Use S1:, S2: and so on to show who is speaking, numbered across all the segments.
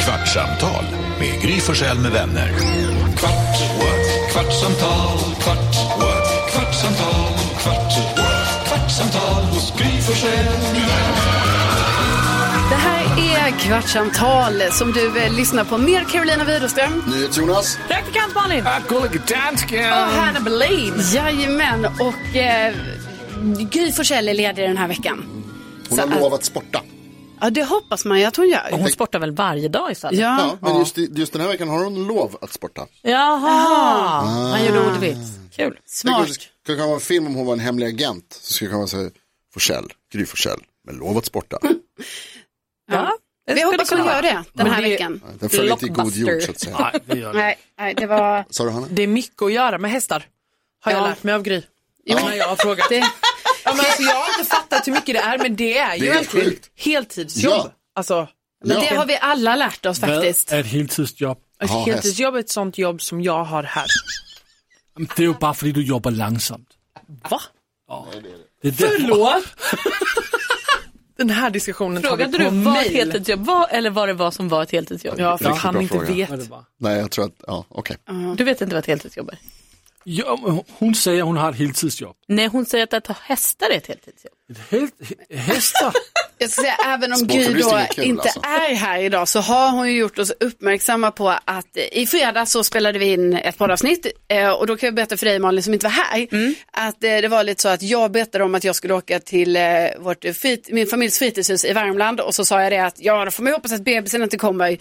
S1: Kvartsamtal med Gry Forssell med vänner. Kvart, what? kvartsamtal, kvart, what? kvartsamtal, kvart, what? kvartsamtal hos Gry Forssell med vänner.
S2: Det här är Kvartsamtal som du eh, lyssnar på med Carolina Widerström.
S3: Jonas.
S2: Praktikant Malin.
S4: Gullige dansken!
S2: Och Hanna Blaine. Jajamän. Och eh, Gry Forssell är ledig den här veckan.
S3: Hon har
S2: Så att-
S3: lovat sporta.
S2: Ja, det hoppas man ju att hon gör.
S5: Hon sportar väl varje dag i fallet?
S3: Ja,
S2: Ja.
S3: men just, i- just den här veckan har hon lov att sporta.
S5: Jaha, han gjorde ordvits. Kul.
S3: Det
S2: Smart.
S3: kanske skulle kunna vara en film om hon var en hemlig agent. Så skulle det kunna vara så här, Forsell, Gry Forsell, men lov att sporta.
S2: Mm.
S5: Ja.
S2: Vi hoppas hon gör det den
S5: Men
S2: här
S5: det är-
S2: veckan.
S3: Den föll inte i god jord så att
S5: Blockbuster.
S3: säga.
S4: Nej, det gör det.
S2: Nej, nej, det var...
S3: Sa du Hanna?
S6: Det är mycket att göra med hästar. Har jag
S2: Ja.
S6: lärt mig av Gry.
S2: Jo,
S6: När jag har frågat.
S2: det,
S6: Ja, men alltså, jag har inte fattat hur mycket det är, men det är ju
S3: Det är
S6: verkligen
S3: sjukt.
S6: heltidsjobb.
S3: Ja.
S6: Alltså,
S2: men
S3: Ja.
S2: det har vi alla lärt oss faktiskt.
S4: Vad er et heltidsjob?
S6: ett
S3: Ja,
S6: heltidsjobb är ett sånt jobb som jag har här.
S4: Jamen, Det er jo bare fordi, du jobber langsomt.
S6: Va?
S4: Det er derfor.
S6: Förlåt? Den här diskussionen
S5: Frågade
S6: tar vi
S5: du
S6: på
S5: vad ett
S6: mail.
S5: heltidsjobb var eller vad det var som var ett heltidsjobb?
S6: Ja, för
S3: Riktigt
S6: han
S3: bra
S6: inte
S3: fråga.
S6: vet.
S4: Hvad det var.
S3: Nej, jag tror att, ja, okej.
S5: Du vet inte vad ett heltidsjobb är?
S4: Jo, men hun sagde, at hun har et heltidsjob.
S5: Nej, hon säger att att ha hästar är ett heltidsjobb.
S4: Et hel... he- Hester?
S2: Jag ska säga, även om
S3: Småförbrytning
S2: Gry då
S3: är kul,
S2: inte
S3: alltså.
S2: är här idag så har hon ju gjort oss uppmärksamma på att eh, i fredags så spelade vi in ett poddavsnitt eh, och då kan jag berätta för dig Malin som inte var här att eh, det var lite så att jag berättade om att jag skulle åka till eh, vårt frit, min familjs fritidshus i Värmland och så sa jag det att ja då får man ju hoppas att bebisen inte kommer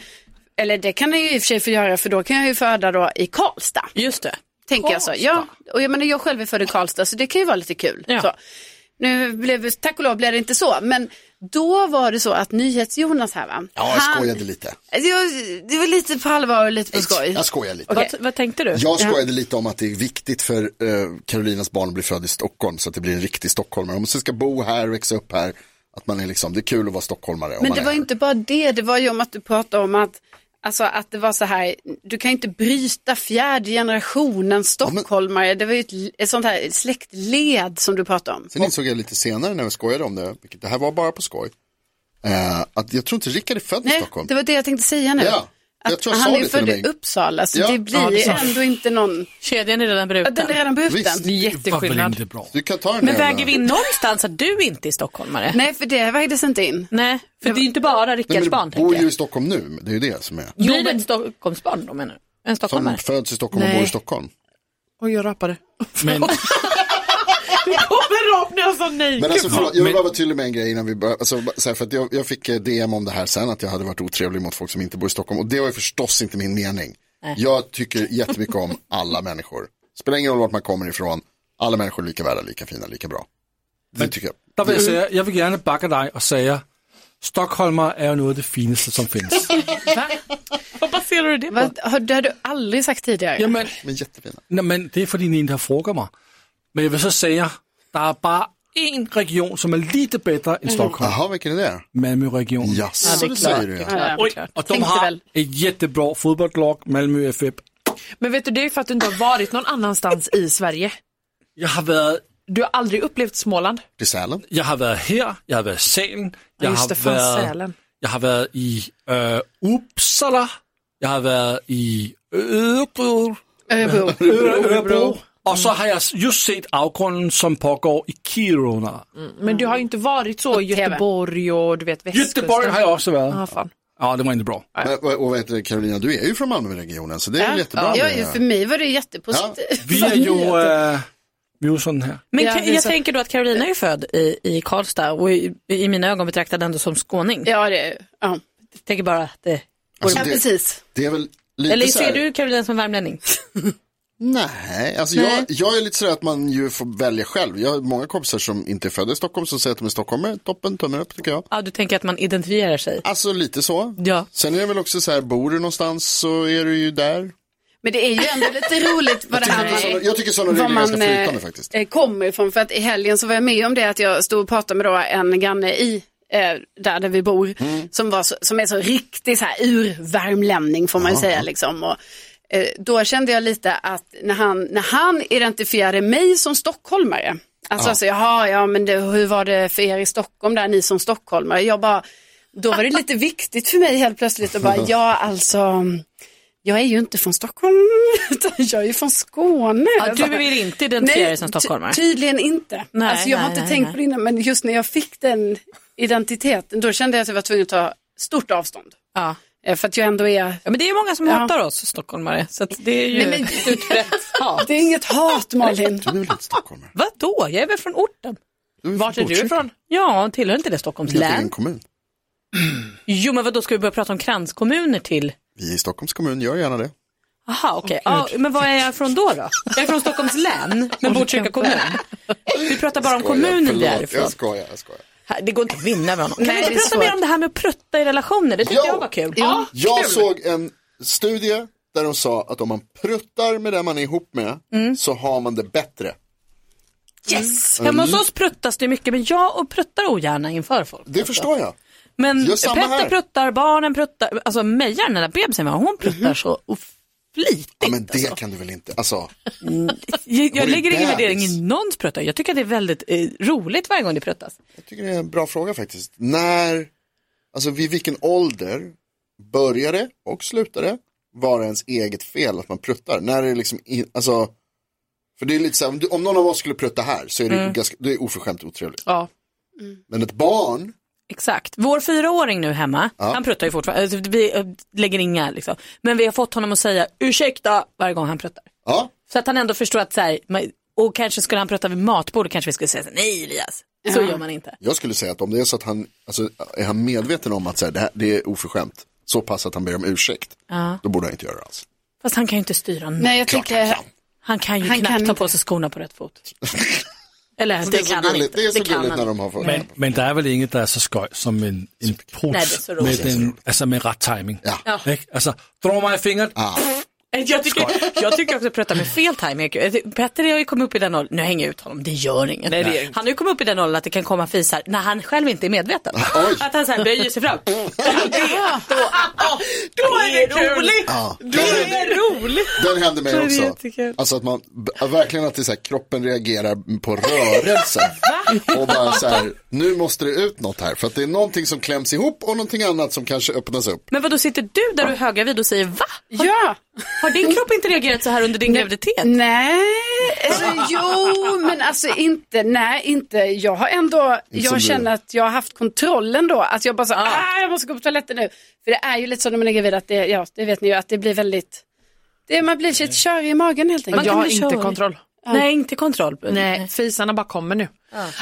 S2: eller det kan jag ju i och för sig få göra för då kan jag ju föda då i Karlstad.
S5: Just det.
S2: Tänker jag så. Ja, och jag menar jag själv är född i Karlstad så det kan ju vara lite kul.
S5: Ja.
S2: Så. Nu blev, tack och lov blev det inte så, men då var det så att NyhetsJonas här va?
S3: Ja, jag skojade lite.
S2: Det var, det var lite på allvar och lite på skoj.
S3: Jag skojade lite.
S5: Vad, vad tänkte du?
S3: Jag skojade lite om att det är viktigt för eh, Karolinas barn att bli född i Stockholm så att det blir en riktig stockholmare. Om man ska bo här, växa upp här, att man är liksom, det är kul att vara stockholmare. om
S2: Men
S3: man
S2: det
S3: är
S2: var
S3: här.
S2: inte bara det, det var ju om att du pratade om att Alltså att det var så här, du kan inte bryta fjärde generationen stockholmare, det var ju ett, ett sånt här släktled som du pratade om.
S3: Sen insåg jag lite senare när vi skojade om det, vilket det här var bara på skoj, eh, att jag tror inte Rickard är född i
S2: Nej,
S3: Stockholm.
S2: det var det jag tänkte säga nu.
S3: Ja, jag
S2: att
S3: tror jag
S2: han är
S3: sa
S2: ju
S3: det till
S2: född i
S3: dig.
S2: Uppsala, så
S3: Ja,
S2: det blir
S3: ja,
S2: ju ändå inte någon,
S5: Kedjan är redan
S2: Ja,
S5: bruten.
S2: den är redan bruten.
S3: Visst.
S6: Det är
S4: Hvor vel
S6: jätteskillnad.
S4: det bra.
S3: Du kan ta den
S5: Men
S3: där
S5: väger
S3: jävla-
S5: vi någonstans att du inte är stockholmare?
S2: Nej, för det vägdes inte in.
S5: Nej, för det är ju inte bara
S3: Nej,
S5: Rickards
S3: men
S5: barn.
S3: Du bor
S5: tänker
S3: ju i
S5: jag.
S3: Stockholm nu, det är ju det som är.
S5: Blir det ett Stockholmsbarn då menar du?
S3: Som
S5: En stockholmare?
S3: föds i Stockholm och
S2: Nej.
S3: bor i Stockholm.
S6: Oj, jag rappade.
S4: Men
S6: Kommer rap när jag sa nej.
S3: Men alltså, förlåt, jag vill
S4: men-
S3: bara vara tydlig med en grej innan vi börjar. Alltså, bara så här, för att jag, jag fick eh, DM om det här sen, att jag hade varit otrevlig mot folk som inte bor i Stockholm. Och det var ju förstås inte min mening. Jag tycker jättemycket om alla människor. Spelar ingen roll vart man kommer ifrån. Alla människor är lika värda, lika fina, lika bra. Det tycker jag.
S4: der vil jeg sige, jeg vil gerne bakke dig og sige, Stockholmer er jo noget af det fineste, som findes.
S5: Vad baserar du det på?
S2: Vad, har, det har du aldrig sagt tidigare.
S4: Jamen,
S3: Men jättefina.
S4: Nå, men det er fordi, ni inte har frugget mig. Men jeg vil så sige, der er bare én region, som er lidt bedre end Stockholm.
S3: Jaha, vilken är det?
S4: Malmö-regionen.
S3: Jaså,
S5: det är
S3: det
S5: klart.
S3: säger du ja.
S2: Ja,
S5: Oj.
S2: klart.
S4: Och de
S2: Tänkte
S4: har
S2: väl.
S4: ett jättebra fotbollslag, Malmö FF.
S6: Men vet du, det är för att du inte har varit någon annanstans i Sverige.
S4: Jag har varit,
S6: Du har aldrig upplevt Småland.
S3: Till Sälen.
S4: jag har varit här, jag har varit i Sälen, jag,
S6: Just det,
S4: har,
S6: fan
S4: varit,
S6: Sälen.
S4: jag har varit i äh, Uppsala, jag har varit i Örebro,
S2: Örebro.
S4: Örebro. och så har jag just sett avgrunden som pågår i Kiruna.
S6: Men du har ju inte varit så i
S2: TV.
S6: Göteborg och du vet västkusten.
S4: Göteborg har jag också
S6: Ja,
S4: varit.
S6: fan.
S4: Ja, det var inte bra.
S3: Men, och, och vad heter det, Carolina, du är ju från Malmöregionen, så det är väl jättebra.
S2: Ja,
S3: med-
S2: ju, för mig var det
S3: Ja.
S2: jättepositivt.
S4: Vi är ju, äh, vi är ju sån här.
S5: Men
S2: Ja,
S5: kan-
S2: det är
S5: jag
S2: så-
S5: tänker då att Carolina är ju född i, i Karlstad och i, i mina ögon betraktad ändå som skåning.
S2: Ja, det, ja.
S5: Jag tänker bara att det...
S3: Alltså,
S2: ja
S3: det-
S2: precis.
S3: Det är väl lite
S5: Eller
S3: så här...
S5: ser du Carolina som värmlänning?
S3: Nej, alltså Jag, jag är lite sådär att man ju får välja själv. Jag har många kompisar som inte är födda i Stockholm som säger att de är stockholmare. Toppen, tummen upp tycker jag.
S5: Ja, du tänker att man identifierar sig.
S3: Alltså lite så.
S5: Ja.
S3: Sen är det väl också så här, bor du någonstans så är du ju där.
S2: Men det är ju ändå lite roligt vad det här
S3: Jag tycker sådana-
S2: med
S3: Jag tycker sådana regler
S2: var
S3: är ganska
S2: man
S3: flytande
S2: eh,
S3: faktiskt.
S2: eh, kommer ifrån. För att i helgen så var jag med om det att jag stod och pratade med då en granne i eh, där, där vi bor,
S3: Mm.
S2: som, var så, som är så riktig så här urvärmlänning får man ju säga. Liksom. Och, eh, då kände jag lite att när han, när han identifierade mig som stockholmare, alltså, alltså jaha, ja men det, hur var det för er i Stockholm där, ni som stockholmare? Jag bara, Då var det lite viktigt för mig helt plötsligt att bara, ja alltså, jag är ju inte från Stockholm, utan jag är ju från Skåne.
S5: Ja, du vill inte identifiera dig som stockholmare.
S2: ty- tydligen inte.
S5: Nej,
S2: alltså, jag har
S5: nej,
S2: inte
S5: nej,
S2: tänkt
S5: nej.
S2: på det innan, men just när jag fick den identiteten, då kände jag att jag var tvungen att ta stort avstånd.
S5: Ja.
S2: Eh, För att jag ändå är,
S5: ja, men det är ju många som
S2: Ja.
S5: hatar oss stockholmare. Så att det är ju
S2: Nej, men-
S5: ett utbrett hat.
S2: det är inget hat Malin.
S3: Du är väl inte stockholmare?
S5: Vadå? Jag är väl från orten?
S3: Du
S6: Vart är du
S3: Botkyrka.
S6: ifrån?
S5: Ja, tillhör inte det Stockholms
S3: Helt egen
S5: län?
S3: kommun.
S5: Jo, men vadå, ska vi börja prata om kranskommuner till?
S3: Vi i Stockholms kommun gör gärna det.
S5: Aha, okej. ja, men var är jag från då? då? Jag är från Stockholms län, men Botkyrka kommun. Vi pratar bara om
S3: Skojar,
S5: kommunen
S3: förlåt.
S5: därifrån.
S3: Jag skojar, jag skojar.
S5: Här, Det går inte att vinna med honom. Kan
S2: Nej,
S5: vi
S2: det är
S5: prata mer
S2: svårt.
S5: om det här med att prutta i relationer? Det tyckte
S3: Jo.
S5: jag var kul.
S2: Ja.
S3: Jag såg en studie där de sa att om man pruttar med den man är ihop med så har man det bättre.
S5: Yes! Hemma
S3: Mm.
S5: hos oss pruttas det mycket, men jag och pruttar ogärna inför folk.
S3: Det förstår jag.
S5: Men
S3: Gör samma
S5: Petter
S3: här.
S5: pruttar, barnen pruttar, alltså Mejan, den där bebisen, va, hon pruttar
S3: Mm-hmm.
S5: så of- flitigt.
S3: Ja, men det kan du väl inte, alltså.
S5: Jag,
S3: Hon
S5: jag
S3: är
S5: lägger ingen
S3: bebis.
S5: värdering i någons pruttar. Jag tycker att det är väldigt eh, roligt varje gång det pruttas.
S3: Jag tycker det är en bra fråga faktiskt. När, alltså vid vilken ålder börjar det och slutar det vara ens eget fel att man pruttar? När är det liksom, in, alltså, för det är lite så här, om du- om någon av oss skulle prutta här så är det, ganska, det är oförskämt otrevligt.
S5: Mm. Ja.
S3: Men ett barn,
S5: Exakt. Vår fyraåring nu hemma, han pruttar ju fortfarande. Alltså, vi eh, lägger inga liksom. Men vi har fått honom att säga ursäkta varje gång han pruttar.
S3: ja,
S5: Så att han ändå förstår att så här, man- och kanske skulle han prutta vid matbordet kanske vi skulle säga så här, nej Elias, så gör man inte.
S3: jag skulle säga att om det är så att han, alltså, är han medveten om att så här, det, här, det är oförskämt, så pass att han ber om ursäkt,
S5: Ja.
S3: då borde han inte göra det alls.
S5: Fast han kan ju inte styra någon.
S2: Nej, jag
S3: Klart han
S2: tycker,
S3: kan.
S5: Han kan ju
S2: Han
S5: knappt
S2: kan
S5: ta på sig skorna på rätt fot. Eller det,
S3: Det är så
S5: kan han
S3: gulligt,
S5: inte.
S3: det är så
S5: kan
S3: gulligt
S5: han
S3: när de har fått.
S4: Men, men der er vel ingen, der er så skøj som en, en
S5: Nej, det er
S4: puls
S5: så
S4: med,
S5: roligt.
S4: den, altså med ret timing.
S3: Ja.
S4: Ikke? Altså, dra mig i fingret.
S5: Nej, Jag tycker, jag tycker också att prata med fel timing. Petter har ju kommit upp i den åldern, nu hänger jag ut honom, det gör inget. Han har ju kommit upp i den åldern att det kan komma fisar när han själv inte är medveten.
S3: Oj.
S5: Att han så här böjer sig fram. Det- då, ah, då är det roligt!
S3: Ja.
S5: Då är det roligt!
S3: Den hände mig
S5: är
S3: också.
S5: jättekul.
S3: Alltså att man, b- verkligen att det är så här, kroppen reagerar på rörelsen. och bara så här, nu måste det ut något här. För att det är någonting som kläms ihop och någonting annat som kanske öppnas upp.
S5: Men vad då sitter du där du är höggravid och säger va?
S2: ja.
S5: Har din kropp inte reagerat så här under din graviditet?
S2: Nej, alltså, jo, men alltså inte, nej, inte. Jag har ändå,
S3: som
S2: jag
S3: du.
S2: känner att jag har haft kontrollen då, att jag bara så, ah, jag måste gå på toaletten nu. För det är ju lite så när man är gravid att det, ja, det vet ni ju, att det blir väldigt, det, man blir lite körig i magen helt enkelt.
S5: kan
S6: Jag har
S5: bli
S6: inte
S5: körig.
S6: kontroll.
S5: Nej, inte kontroll.
S6: Nej, fisarna bara kommer nu.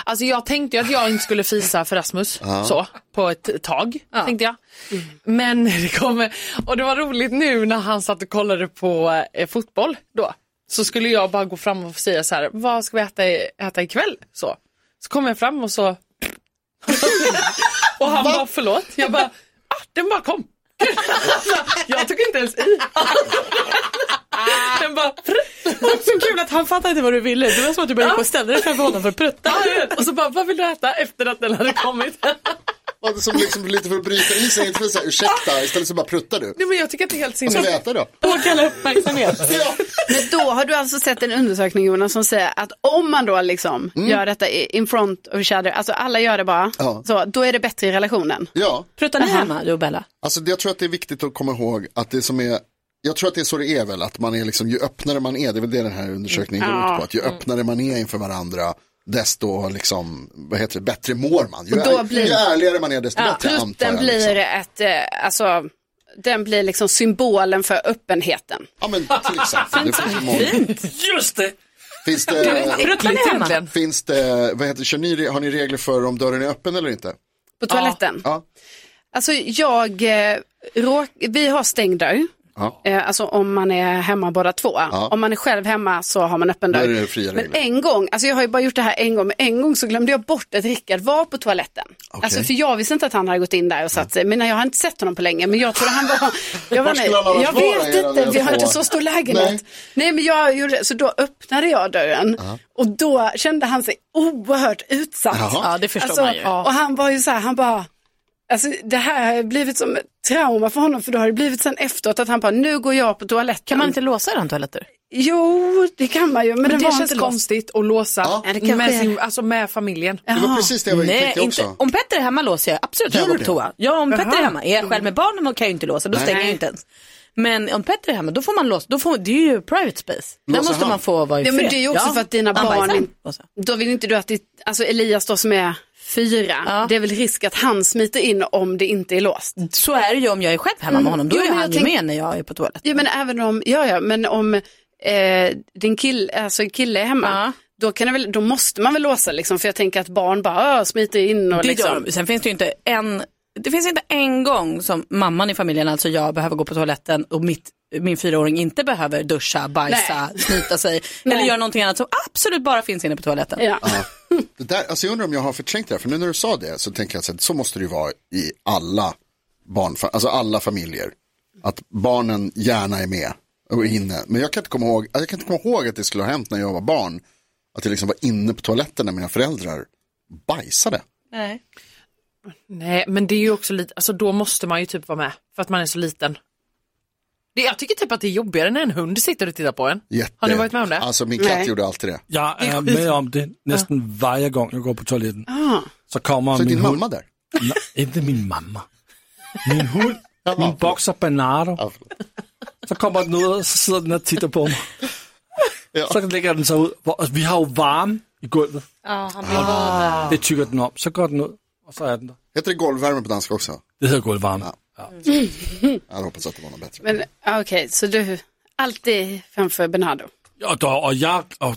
S6: Alltså jag tänkte ju att jag inte skulle fisa för Rasmus så, på ett tag. Tänkte jag. Men det kommer, och det var roligt nu när han satt och kollade på eh, fotboll då. Så skulle jag bara gå fram och säga så här, vad ska vi äta, i- äta ikväll? Så, så kom jag fram och så... och han bara, förlåt? Jag bara, ah, den bara kom. jag tog inte ens i. den bara,
S5: Så kul att han fattade inte vad du ville. Det var som att du började gå och ställde dig framför honom för att prutta.
S6: Ja, jag vet. Och så bara, vad vill du äta efter att den hade kommit?
S3: Och det som liksom lite för att bryta isen, inte för att säga ursäkta, istället så bara pruttar du.
S6: Nej, men jag tycker att det är helt
S3: Vad ska vi
S6: sinnes.
S3: äta då?
S5: Påkalla uppmärksamhet.
S2: Men då har du alltså sett en undersökning Jonas som säger att om man då liksom gör detta i- in front of each other, alltså alla gör det bara,
S3: Mm. Ja.
S2: så, då är det bättre i relationen.
S3: Ja,
S5: Pruttar ni hemma, du och Bella?
S3: alltså det- jag tror att det är viktigt att komma ihåg att det som är jag tror att det är så det är väl, att man är liksom, ju öppnare man är, det är väl det den här undersökningen går ut på, att ju
S2: Mm.
S3: öppnare man är inför varandra, desto liksom, vad heter det, bättre mår man. Ju,
S2: Och då blir-
S3: ju ärligare man är, desto bättre
S2: Plus
S3: antar
S2: den
S3: jag.
S2: blir
S3: liksom.
S2: ett, eh, alltså, den blir liksom symbolen för öppenheten.
S3: Ja men till exempel. Det finns, ju många.
S4: Just det.
S3: finns det,
S5: Pruttar ni hemma?
S3: finns det, vad heter, kör ni, har ni regler för om dörren är öppen eller inte?
S2: På toaletten?
S3: Ja.
S2: Alltså jag, eh, råk, vi har stängd dörr.
S3: Ja.
S2: Eh, Alltså om man är hemma båda två. Om man är själv hemma så har man öppen
S3: Då är
S2: dörr.
S3: det fria
S2: men
S3: regler.
S2: en gång, alltså jag har ju bara gjort det här en gång, men en gång så glömde jag bort att Rickard var på toaletten. Alltså för jag visste inte att han hade gått in där och satt sig, men jag har inte sett honom på länge, men jag tror att han var, jag, var
S3: Var skulle han annars
S2: jag
S3: vara
S2: vet
S3: i den
S2: inte, vi har
S3: här
S2: inte
S3: tvåan?
S2: så stor lägenhet. Nej.
S3: Nej.
S2: men jag gjorde, så då öppnade jag dörren och då kände han sig oerhört utsatt. Alltså,
S3: Jaha.
S5: Ja, det förstår man ju.
S2: Och han var ju så här, han bara, Alltså, det här har blivit som ett trauma för honom för då har det blivit sen efteråt att han bara, nu går jag på toaletten.
S5: Kan man inte låsa den toaletter?
S2: Jo, det kan man ju. Men,
S6: Men
S2: den
S6: det
S2: var
S6: känns
S2: inte låst.
S6: konstigt att låsa
S2: Ja, det kanske
S6: med,
S2: är.
S6: sin, alltså med familjen.
S3: Det
S2: Ah,
S3: var precis det jag var ute
S5: Nej,
S3: efter
S5: inte.
S3: också.
S5: om Petter är hemma låser jag absolut när
S3: Gör
S5: jag går
S3: du
S5: på
S3: det?
S5: toa. Ja, om Petter är
S6: Jaha.
S5: hemma. Är jag själv med barnen kan jag ju inte låsa, då stänger jag ju inte ens. Men om Petter är hemma, då får man låsa, då får, det är ju private space. Där
S3: Låser
S5: måste
S3: han?
S5: man få vara i
S2: Ja,
S5: fred.
S2: men det är ju också för att dina
S5: Han
S2: barn
S5: bajsar.
S2: inte-
S5: Och så.
S2: Då vill inte du att ditt, alltså Elias då som är fyra,
S5: Ja. Mm.
S2: det är väl risk att han smiter in om det inte är låst.
S5: Så är det ju om jag är själv hemma med honom, då
S2: Mm. Jo,
S5: är
S2: men
S5: han
S2: jag
S5: ju
S2: tänk-
S5: med när jag är på toaletten.
S2: Ja men även om, ja ja, men om eh, din kille, alltså en kille är hemma,
S5: Ja.
S2: då, kan det väl, då måste man väl låsa liksom, för jag tänker att barn bara "Åh, smiter in och
S5: Det
S2: liksom.
S5: gör de. Sen finns det ju inte en, det finns inte en gång som mamman i familjen, alltså jag, behöver gå på toaletten och mitt, min fyraåring inte behöver duscha, bajsa, snyta sig eller
S2: Nej.
S5: göra någonting annat som absolut bara finns inne på toaletten.
S2: Ja.
S3: Det där, alltså jag undrar om jag har förträngt det här, för nu när du sa det så tänker jag att så måste det ju vara i alla, barnfa- alltså alla familjer. Att barnen gärna är med och är inne. Men jag kan, inte komma ihåg, jag kan inte komma ihåg att det skulle ha hänt när jag var barn. Att jag liksom var inne på toaletten när mina föräldrar bajsade.
S5: Nej.
S6: Nej, men det är ju också lite, alltså då måste man ju typ vara med för att man är så liten. Det, jag tycker typ att det är jobbigare när en hund sitter och tittar på en.
S3: Jätte...
S6: Har ni varit med om det?
S3: Alltså min katt
S2: Nej.
S3: gjorde alltid det.
S4: Jeg er med om det næsten hver gang, jeg går på toiletten.
S5: Ah.
S4: Så kommer
S3: Så är
S4: min
S3: din
S4: hund.
S3: mamma där?
S4: Nej, inte min mamma. Min hund, min boxer Bernardo.
S3: Ja, förlåt.
S4: Så kommer den ud, og så sidder den og titter på mig.
S3: Ja.
S4: Så lægger den sig ud. Hvor, altså, vi har jo varme i gulvet. Ah. Det tykker den om. Så går den ud, og så er den der.
S3: Heter det golvvärme på danska också?
S4: Det hedder gulvvarme.
S3: Jag hade hoppats att det var något bättre.
S2: Men ja, okej, så du, alltid framför Bernardo.
S4: Og, der, og, jeg, og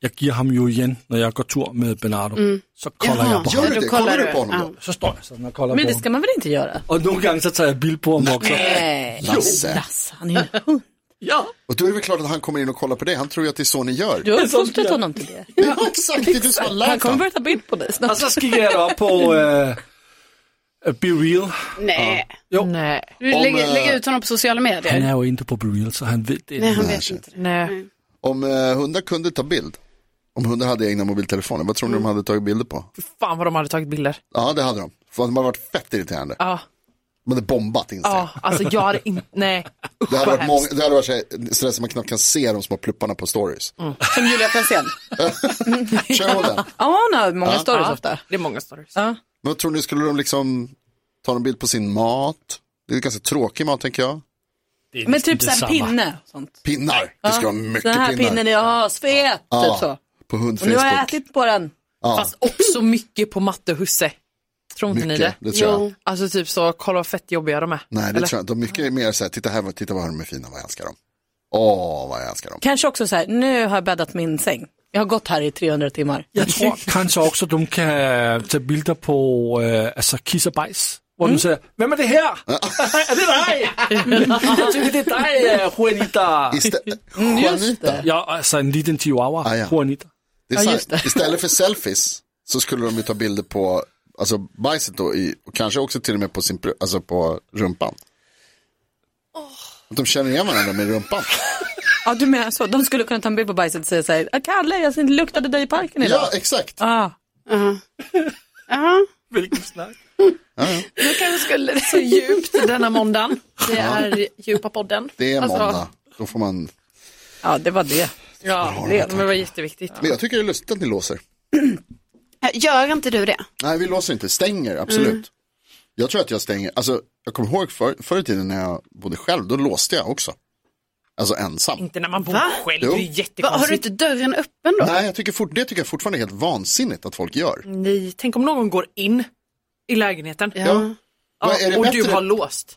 S4: jeg giver ham jo igen, når jeg går tur med Bernardo.
S5: Mm.
S4: Så kolder jeg på ham.
S3: Gör du
S2: då
S3: det? Kollar
S2: kollar
S3: du
S2: du.
S3: på honom då?
S4: Så står jeg sådan og kolder
S5: Men
S4: på
S5: det
S4: ham.
S5: ska man väl inte göra?
S4: Og nogle gange så tager jeg bil på ham også.
S5: Nej.
S3: Lasse.
S5: Lasse, han är ju en hund.
S4: Ja.
S3: Och då är det väl klart att han kommer in och kollar på dig. Han tror ju att det är så ni gör.
S5: Du har uppfostrat honom till det.
S3: Ja, exakt, det är du som har
S5: Han
S3: lärt
S5: kommer
S3: honom.
S5: börja ta bild på dig
S4: Og
S5: snart.
S4: så skikker jeg dig op på øh, øh, Be Real.
S2: Nej,
S6: Alltså, Nej,
S2: du
S3: Om,
S2: lägger,
S3: eh,
S2: lägger ut honom på sociala medier.
S4: Han er jo inte på Be Real, så han ved det.
S2: Nej, han
S3: Nej,
S2: vet
S3: shit.
S2: inte det.
S6: nej.
S3: Om eh, hundar kunde ta bild, om hundar hade egna mobiltelefoner, vad tror ni de hade tagit bilder på?
S6: Fan vad de hade tagit bilder.
S3: Ja, det hade de. För de hade varit fett irriterande.
S6: Ja,
S3: De hade bombat Instagram.
S6: ja, alltså jag hade inte, nej. Usch
S3: Det hade
S6: vad
S3: varit, många,
S6: hemskt.
S3: det hade varit så här- sådär som man knappt kan se de små plupparna på stories.
S5: Som Julia Franzén.
S3: Kör hon den? Men
S5: Ja, hon har många stories
S6: Ja,
S5: ofta.
S6: det är många stories.
S3: vad tror ni, skulle de liksom ta en bild på sin mat? Det är ganska tråkig mat tänker jag.
S4: Det er
S5: Men
S4: næsten
S5: typ
S4: det
S5: så här
S4: samme.
S5: pinne. och Sånt.
S3: Pinnar, det ska vara mycket
S5: Den här
S3: pinnar.
S5: pinnen är asfet. Typ så.
S3: På
S5: Och nu har jag
S3: hundfacebook.
S5: ätit på den.
S3: Ja,
S6: Fast också mycket på matte och husse. Tror inte ni
S3: mycket,
S6: det?
S3: det tror jag.
S2: Jo.
S6: Alltså typ så, kolla vad fett jobbiga de är.
S3: Nej, det
S6: Eller?
S3: tror jag inte. Mycket är mer så här, titta här, vad- titta vad de är fina, vad jag älskar dem. Åh, vad jag älskar dem.
S5: Kanske också så här, nu har jag bäddat min säng. Jag har gått här i 300 timmar.
S4: Jeg tror kanskje også, du kan tage billeder på øh, altså kiss og bajs, hvor mm. du siger, hvem er det her? er det dig? jeg tænker, det er dig, øh, Juanita.
S3: Istä-
S5: Mm,
S3: Juanita.
S4: Ja, altså en liten chihuahua,
S3: Ah, ja.
S4: Juanita.
S3: Det är så här,
S5: just det.
S3: Istället för selfies så skulle de ju ta bilder på alltså, bajset då, i, och kanske också till och med på, sin, pr- alltså, på rumpan. Att de känner igen varandra med rumpan.
S5: Ja, du menar så. De skulle kunna ta en bild på bajset och säga så här, "Ah, Kalle, jag luktade dig i parken idag.
S3: Ja, exakt.
S5: Ah.
S2: Ja,
S4: Hvilken snak.
S2: då kanske skulle
S6: Så djupt denna måndagen. Det är djupa podden.
S3: Det är
S6: Alltså,
S3: måndag. Då får man...
S5: Ja, det var det.
S6: Ja, det, men det var jätteviktigt.
S3: Men jag tycker det är lustigt att ni låser.
S2: Äh, Gör inte du det?
S3: Nej, vi låser inte. Stänger, absolut. Jag tror att jag stänger. Alltså, jag kommer ihåg för, förr i tiden när jag bodde själv, då låste jag också. Alltså ensam.
S6: Inte när man bor
S2: Va?
S6: själv,
S3: Jo.
S6: det
S2: Va, har
S6: är ju
S2: du
S6: jättekonstigt.
S2: inte dörren öppen då?
S3: Nej, jag tycker fort, det tycker jag fortfarande är helt vansinnigt att folk gör.
S6: Nej, tänk om någon går in i lägenheten
S3: Ja. Vad är det
S6: och du
S3: bättre-
S6: har låst.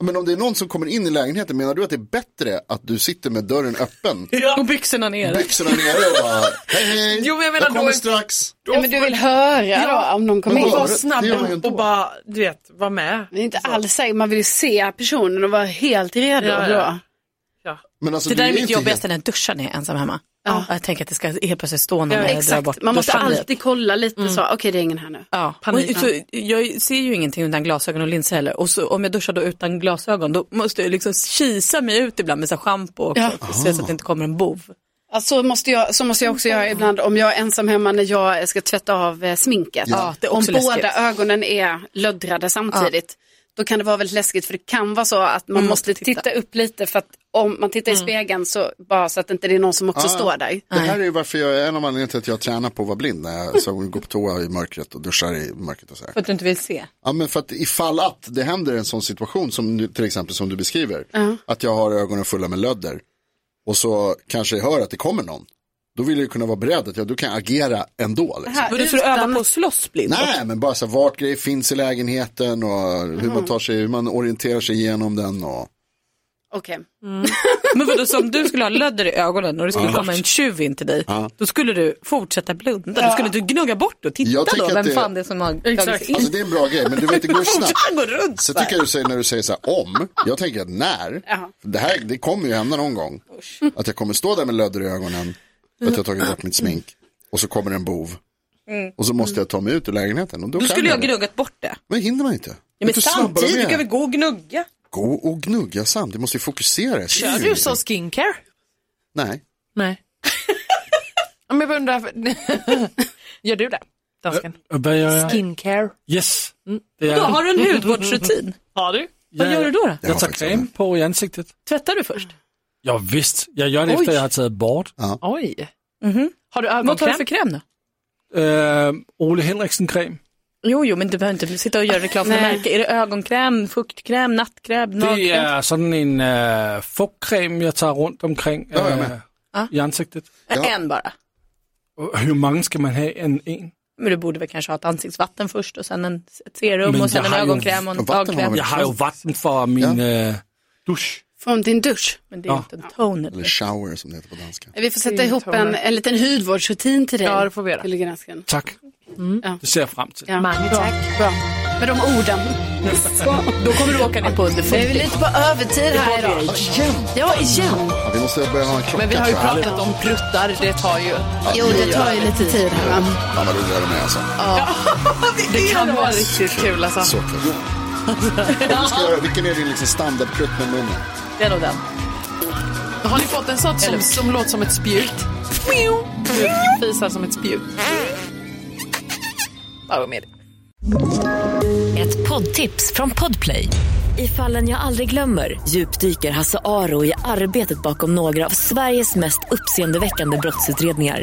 S3: Men om det är någon som kommer in i lägenheten, menar du att det är bättre att du sitter med dörren öppen,
S5: Och byxorna ner.
S3: byxorna nere och bara hej hej,
S6: Jo, men jag menar, då
S3: kommer
S6: är-
S3: strax.
S2: Ja, men du vill höra då, om någon kommer
S3: Men
S2: in.
S3: vad-
S6: Var
S3: det- det gör man ju
S6: snabb
S3: inte
S6: och
S3: då.
S6: bara, du vet, var med.
S2: Det är inte alls säkert, man vill ju se personen och vara helt redo
S6: Ja, ja.
S2: då.
S3: Men alltså,
S5: Det där
S3: du
S5: är mitt
S3: inte
S5: jobbigaste när jag duschar när jag är ensam hemma. Ja. Jag tänker att det ska helt plötsligt stå någon
S6: Ja,
S5: när jag drar bort
S2: Exakt, man måste
S5: duschhandlet.
S2: alltid kolla lite så, okej det är ingen här nu.
S5: Ja,
S6: Panik.
S5: Och, så, jag ser ju ingenting utan glasögon och linser heller. Och så, om jag duschar då utan glasögon då måste jag liksom kisa mig ut ibland med så här schampo och
S2: Ja.
S5: så, så att det inte kommer en bov.
S2: Ja, så, måste jag, så måste jag också göra ibland om jag är ensam hemma när jag ska tvätta av eh, sminket.
S5: Ja, det är
S2: om
S5: också läskigt.
S2: båda ögonen är löddrade samtidigt. Då kan det vara väldigt läskigt för det kan vara så att
S5: Mm,
S2: man måste titta. upp lite för att om man tittar i spegeln så bara så att inte det är någon som också står där.
S3: Det här är ju varför jag, en av anledningarna till att jag tränar på att vara blind. När jag så går på toa i mörkret och duschar i mörkret och så här.
S5: För att du inte vill se.
S3: Ja men för att ifall att det händer en sån situation som nu- till exempel som du beskriver. Att jag har ögonen fulla med lödder. Och så kanske jag hör att det kommer någon. Då vill jag ju kunna vara beredd att jag, då kan jag agera ändå. Liksom.
S2: Här
S5: Men du får
S2: utan-
S5: öva på att slåss blind.
S3: Nej men bara så här, vart grejer finns i lägenheten och hur man tar sig, hur man orienterar sig igenom den. Och...
S2: Okej.
S5: Men vadå, så om du skulle ha lödder i ögonen och det skulle komma en tjuv in till dig, då skulle du fortsätta blunda. Du skulle inte gnugga bort och titta
S3: Jag
S5: då,
S3: tänker att
S5: vem
S3: det-
S5: fan det är som har tagit sig in.
S3: Alltså det är en bra grej men du vet det går snabbt.
S5: Han går runt
S3: Så
S5: där.
S3: tycker jag du säger när du säger så här om, jag tänker att när,
S2: Jaha.
S3: det här det kommer ju hända någon gång, att jag kommer stå där med lödder i ögonen, för att jag har tagit bort mitt smink, och så kommer en bov. Och så måste jag ta mig ut ur lägenheten. Och då
S5: Då
S3: kan
S5: skulle jag
S3: det.
S5: gnuggat bort det.
S3: Men hinner man inte. Vet
S5: Ja, men
S3: du, snabbare
S5: samtidigt, du
S3: med.
S5: kan väl gå och gnugga?
S3: Gå och gnugga samtidigt, du måste ju fokusera.
S6: Kör du så skincare?
S3: Nej.
S6: Nej. Ja, Men jag undrar, gör du det? Dansken?
S4: Vad gör jag?
S6: Skincare.
S4: øh, Yes. Det
S5: Då
S4: är,
S5: har du en hudvårdsrutin.
S6: Har du?
S5: Vad gör du då? då?
S3: Jag
S4: jag
S3: har
S4: tar
S3: faktiskt
S4: kräm på i ansiktet.
S6: Tvättar du först?
S4: Ja, visst, jag gör det efter
S6: Oj.
S4: jag har tagit bort.
S6: Oj. Har du
S5: Vad tar du
S6: ögonkräm?
S5: för kräm då?
S4: Øh, Ole Henriksen-kräm.
S5: Jo, jo, men du behöver inte sitta och göra reklam för
S2: Nej.
S5: märken. Är det ögonkräm, fuktkräm, nattkräm,
S4: Det
S5: nagkräm?
S4: är sådan en øh, fugtkräm, jag tar runt omkring øh,
S3: jeg med.
S4: i ansiktet.
S3: Ja.
S5: En bara.
S4: Hur många ska man ha än en?
S5: Men du borde väl kanske ha ett ansiktsvatten först och sen en, ett serum
S4: Men
S5: och sen
S4: jag
S5: en
S4: har ju-
S5: ögonkräm och en
S3: Vatten har man
S5: dagkräm.
S3: väl?
S4: Jag har ju vatten för min øh, dusch.
S2: Från din dusch.
S5: Men det är inte en toner.
S3: Eller shower som det heter på danska.
S2: Vi får sätta ihop en, en liten hudvårdsrutin till dig.
S6: Ja, det får vi göra.
S2: Till gransken.
S4: Tack. Det ser jag fram till.
S2: Ja. tack. Bra. Med de orden.
S5: Då kommer du åka ner på under
S2: Vi är väl
S5: 40.
S2: lite på övertid här idag.
S3: Ja, igen!
S2: Ja, igen.
S3: Ja, vi måste börja ha en klocka.
S6: Men vi har ju
S3: tror jag.
S6: pratat om pruttar, det tar ju...
S2: Jo, det tar ju lite tid här. va?
S3: Ja, vad roliga de är alltså.
S6: Det kan vara riktigt kul alltså.
S3: Så kul. Om du ska göra- Vilken är din liksom standardprutt med munnen?
S5: Det är nog den.
S6: Har ni fått en sån som, som låter som ett spjut? Du Fisar som ett spjut. Ja, vad med det.
S7: Ett poddtips från Podplay. I fallen jag aldrig glömmer djupdyker Hasse Aro i arbetet bakom några av Sveriges mest uppseendeväckande brottsutredningar.